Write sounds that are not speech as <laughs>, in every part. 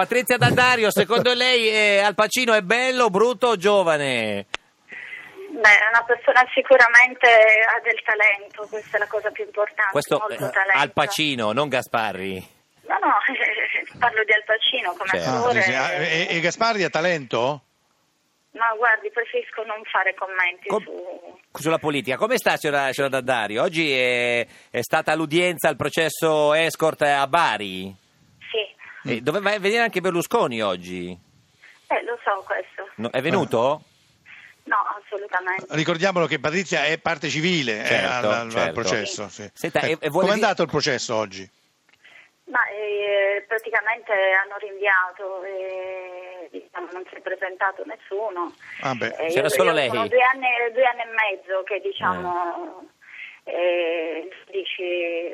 Patrizia Daddario, secondo lei eh, Al Pacino è bello, brutto o giovane? Beh, è una persona sicuramente ha del talento, questa è la cosa più importante, Questo molto eh, talento. Al Pacino, non Gasparri. No, <laughs> no, parlo di Al Pacino come Certo. Ah, sì, attore. sì. Ah, e, e Gasparri ha talento? No, guardi, preferisco non fare commenti Com- su... Sulla politica, come sta signora, signora Daddario? Oggi è, è stata l'udienza al processo Escort a Bari. Sì, Mm. E doveva venire anche Berlusconi oggi. eh, lo so questo. No, è venuto? Eh, No, assolutamente. Ricordiamolo che Patrizia è parte civile eh, Certo, al, al- al certo. processo. Sì. Senta, e- e vuole Come è dire- andato il processo oggi? Ma eh, praticamente hanno rinviato e diciamo, non si è presentato nessuno. Ah, beh. Eh, io- C'era solo io lei? Sono due anni, due anni e mezzo che diciamo eh, dici,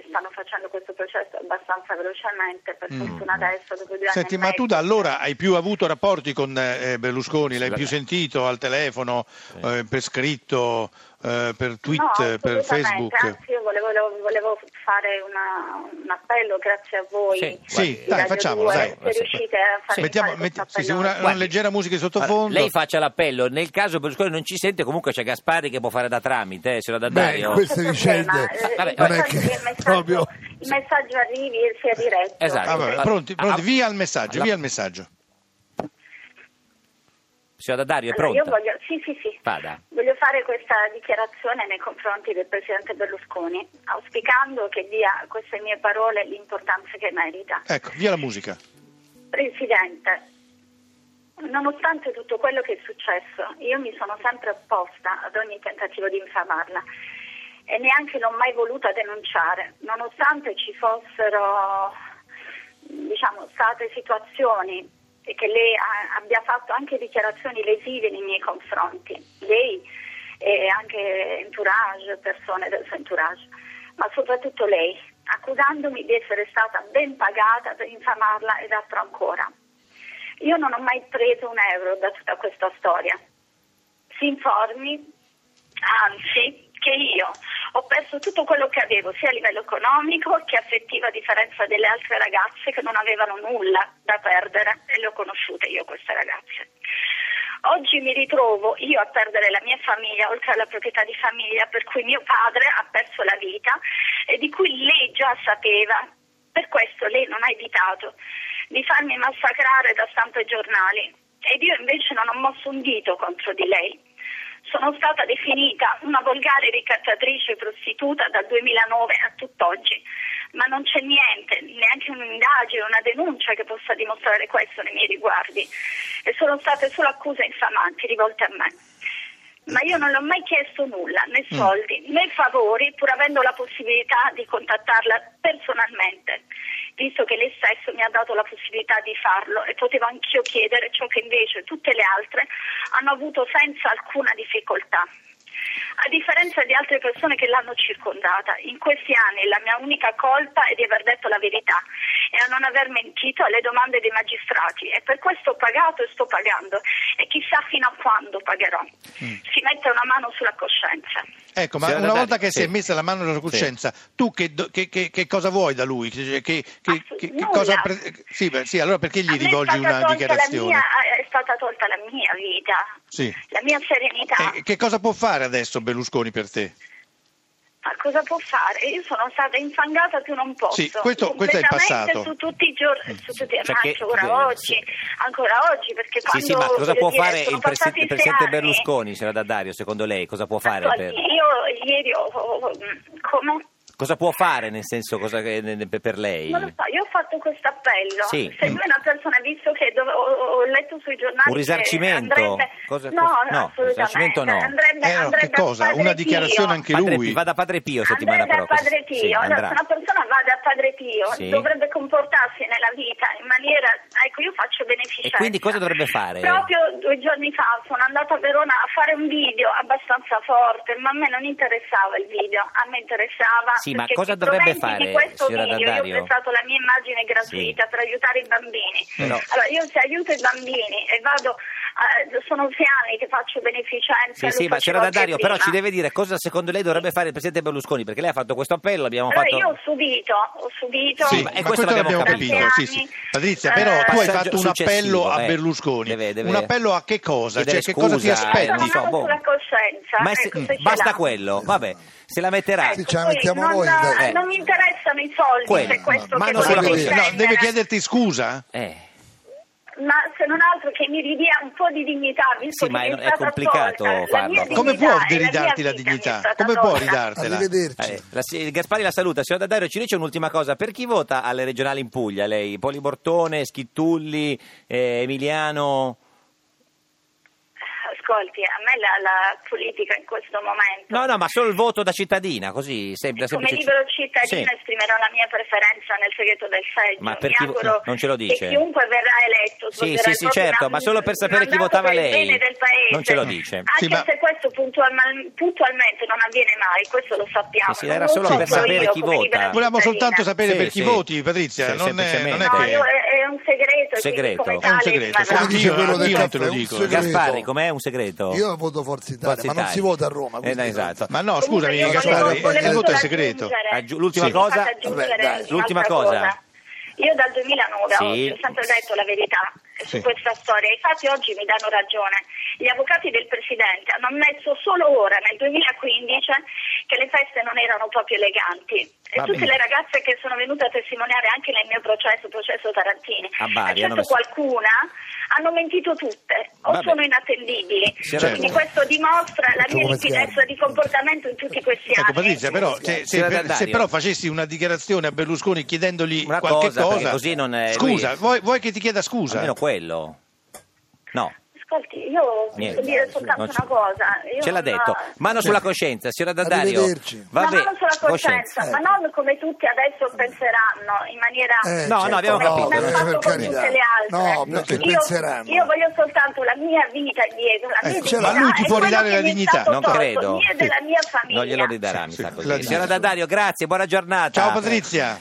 stanno facendo questo processo abbastanza velocemente, per fortuna adesso dopo due Mm. anni Senti, e ma mezzo. tu da allora hai più avuto rapporti con eh, Berlusconi? L'hai Sì, più beh. sentito al telefono, eh, per scritto, eh, per tweet, No, eh, per assolutamente, Facebook? Anzi, io volevo, volevo- volevo fare una- un appello grazie a voi. Sì. Sì, di dai, Radio facciamolo. 2, dai. Se riuscite a fare Mettiamo, fare metti- questo sì, sì, appello. una, una Guardi. leggera musica di sottofondo. Ah, Lei faccia l'appello, nel caso Berlusconi non ci sente, comunque c'è Gasparri che può fare da tramite, eh, signora Beh, Daddario. questo- Questo queste problema, vicende, eh, vabbè, l'importante non è che il messaggio, proprio- il messaggio arrivi e sia diretto. Esatto. Ah, vabbè, Ah, pronti, pronti, ah, via il messaggio, alla- via il messaggio. Signora Daddario, è Allora, io pronta? voglio, sì, sì, sì. Vada. Voglio fare questa dichiarazione nei confronti del presidente Berlusconi, auspicando che dia a queste mie parole l'importanza che merita. Ecco, via la musica. Presidente, nonostante tutto quello che è successo, io mi sono sempre opposta ad ogni tentativo di infamarla e neanche l'ho mai voluta denunciare, nonostante ci fossero diciamo, state situazioni e che lei ha- abbia fatto anche dichiarazioni lesive nei miei confronti, lei e anche entourage, persone del suo entourage, ma soprattutto lei, accusandomi di essere stata ben pagata per infamarla ed altro ancora. Io non ho mai preso un euro da tutta questa storia. Si informi, anzi, che io ho perso tutto quello che avevo, sia a livello economico che affettivo, a differenza delle altre ragazze che non avevano nulla da perdere e le ho conosciute io queste ragazze. Oggi mi ritrovo io a perdere la mia famiglia, oltre alla proprietà di famiglia, per cui mio padre ha perso la vita e di cui lei già sapeva. Per questo lei non ha evitato di farmi massacrare da stampa e giornali. Ed io invece non ho mosso un dito contro di lei. Sono stata definita una volgare ricattatrice e prostituta dal 2009 a tutt'oggi, ma non c'è niente, neanche un'indagine, una denuncia che possa dimostrare questo nei miei riguardi. E sono state solo accuse infamanti rivolte a me. Ma io non le ho mai chiesto nulla, né soldi né favori, pur avendo la possibilità di contattarla personalmente, visto che lei stesso mi ha dato la possibilità di farlo e potevo anch'io chiedere ciò che invece tutte le altre hanno avuto senza alcuna difficoltà. A differenza di altre persone che l'hanno circondata, in questi anni la mia unica colpa è di aver detto la verità e a non aver mentito alle domande dei magistrati e per questo ho pagato e sto pagando e chissà fino a quando pagherò. Mm. Si mette una mano sulla coscienza. Ecco, ma Signora una Daddario, volta che sì. si è messa la mano sulla coscienza, tu che, do- che- che- che cosa vuoi da lui? Che, che- che- che- che Ah, Nulla. cosa pre- sì, beh, sì, allora perché A gli me è rivolgi stata una tolta la dichiarazione? mia- eh, è stata tolta la mia vita, Sì. la mia serenità. E che cosa può fare adesso Berlusconi per te? Ma cosa può fare? Io sono stata infangata più non posso. Sì, questo- questo è il Completamente passato. Mm. Su tutti i giorni, su tutti, Cioè ma che- ancora eh, oggi, ancora oggi, perché Sì, quando sì, ma cosa voglio può dire, fare sono il, presi- passati il sei presidente anni- Berlusconi, signora Daddario, secondo lei? Cosa può fare? Attuali- Per... Io ieri ho- ho- come? Cosa può fare, nel senso, cosa che- ne- ne- per lei? Non lo so, io ho fatto questo appello. Sì. Se lui è una persona, visto che dove- ho, ho letto sui giornali. Un risarcimento? Che andrebbe... Cosa- cosa- no, no, assolutamente. risarcimento no. Andrebbe, Eh, no, andrebbe che cosa? a Padre Una dichiarazione Pio. anche Padre lui? Pio- vada a Padre Pio settimana Andrebbe a prossima. Padre Pio, Sì, Allora, andrà. se una persona vada a Padre Pio Sì. dovrebbe comportarsi nella vita in maniera, ecco io faccio beneficenza. E quindi cosa dovrebbe fare? Proprio due giorni fa sono andata a Verona a fare un video abbastanza forte, ma a me non interessava il video, a me interessava Sì, ma perché cosa i dovrebbe proventi di fare, questo signora video Daddario? io ho prestato la mia immagine gratuita per aiutare i bambini. Però- Allora io se aiuto i bambini e vado eh, sono sei anni che faccio beneficenza. Sì, lo sì, ma facevo c'era da anche Dario, però prima. ci deve dire cosa secondo lei dovrebbe fare il presidente Berlusconi, perché lei ha fatto questo appello, abbiamo Allora, fatto... io ho subito, ho subito... Sì, Sì, ma- e ma questo questo l'abbiamo l'abbiamo capito. capito. Sì, sì. Patrizia, Eh, però tu hai passaggio fatto un successivo, appello a eh. Berlusconi. Deve- deve Un appello a che cosa? chiedere Cioè, che cosa ti scusa, eh, aspetti? non so, boh. sulla coscienza, Ma è se- ecco, se ce basta l'ha. quello, vabbè, se la metterà. Ecco, Sì, ce la poi mettiamo non, noi, dai. Eh. non mi interessano i soldi, Quello, se è questo ma che non sulla volevi deve, cosa. no, intendere. deve chiederti scusa? Eh, Ma se non altro che mi ridia un po' di dignità, visto Sì, ma che è- mi è stata complicato tolta. La mia farlo. Come dignità può e mia ridarti la vita mi è dignità? stata Come può tolta. ridartela? Arrivederci. eh, la si- Gaspari la saluta, signora Dario ci dice un'ultima cosa, per chi vota alle regionali in Puglia lei? Polibortone, Schittulli, eh, Emiliano? Ascolti, a me la, la politica in questo momento... No, no, ma solo il voto da cittadina, così sembra Come semplice. libero cittadino Sì. esprimerò la mia preferenza nel segreto del seggio. Ma per Mi chi- auguro non ce lo dice. Che chiunque verrà eletto Sì, svolgerà sì, il sì, proprio certo, man- ma solo per sapere chi mandato votava per il lei. bene del paese. Non ce lo dice. Anche Sì, ma- se questo puntual- puntualmente non avviene mai, questo lo sappiamo. Sì, sì, era Non solo lo per so sapere io chi come vota. libera Volevamo cittadina. soltanto sapere Sì, per chi sì. voti, Sì, Patrizia. non, è, non è semplicemente. No, che... io- eh, è, è un segreto, Segreto. segreto. Come È un tale segreto, rimarrà. Come Io- dice quello del io non te lo caffè, un dico. eh. segreto. Gasparri, com'è un segreto? Io voto Forza oh. Italia, Forza ma non Italia. si vota a Roma. Eh, quindi no, non- esatto. Ma no, Comunque scusami, io volevo- Gaspari, volevo il voto è solo segreto. aggiungere- Aggi- Eh, l'ultima Sì. cosa? Fatta aggiungere Vabbè, dai. un'altra L'ultima cosa. Io dal 2009 Sì. ho oggi ho sempre detto la verità su Sì. questa storia. I fatti oggi mi danno ragione. Gli avvocati del Presidente hanno ammesso solo ora, nel 2015, che le feste non erano proprio eleganti. E Va tutte bene. le ragazze che sono venute a testimoniare anche nel mio processo, processo Tarantini, A Ah, Bari, hanno messo- certo qualcuna, hanno mentito tutte o Vabbè. sono inattendibili. Certo. Quindi questo dimostra la mia Come si chiama? limpidezza di comportamento in tutti questi anni. Ecco, Patrizia, però, se, se- Signora per- Daddario. se però facessi una dichiarazione a Berlusconi chiedendogli Una qualche cosa, cosa, perché così non è- scusa, lui- vuoi, vuoi che ti chieda scusa? Almeno quello. No. Ascolti, io posso Niente. dire soltanto Non una ci- cosa. Io Ce l'ha non- detto. Mano sulla coscienza, signora Daddario. Arrivederci. Ma Vabbè, non sulla coscienza, coscienza. ecco. Eh. ma non come tutti adesso penseranno in maniera Eh, No, no, certo, abbiamo capito. come eh, hanno per fatto con carità. tutte le altre. No, perché io, penseranno. Eh, io voglio soltanto la mia vita dietro. La mia Ecco, dignità ma lui ti è può quello ridare che la mi è dignità? stato Ah, Non tolto, credo. Mia e della mia famiglia. Non glielo ridarà, mi Sì, sa sì, così. la dice. Signora Daddario, grazie, buona giornata. Ciao Patrizia.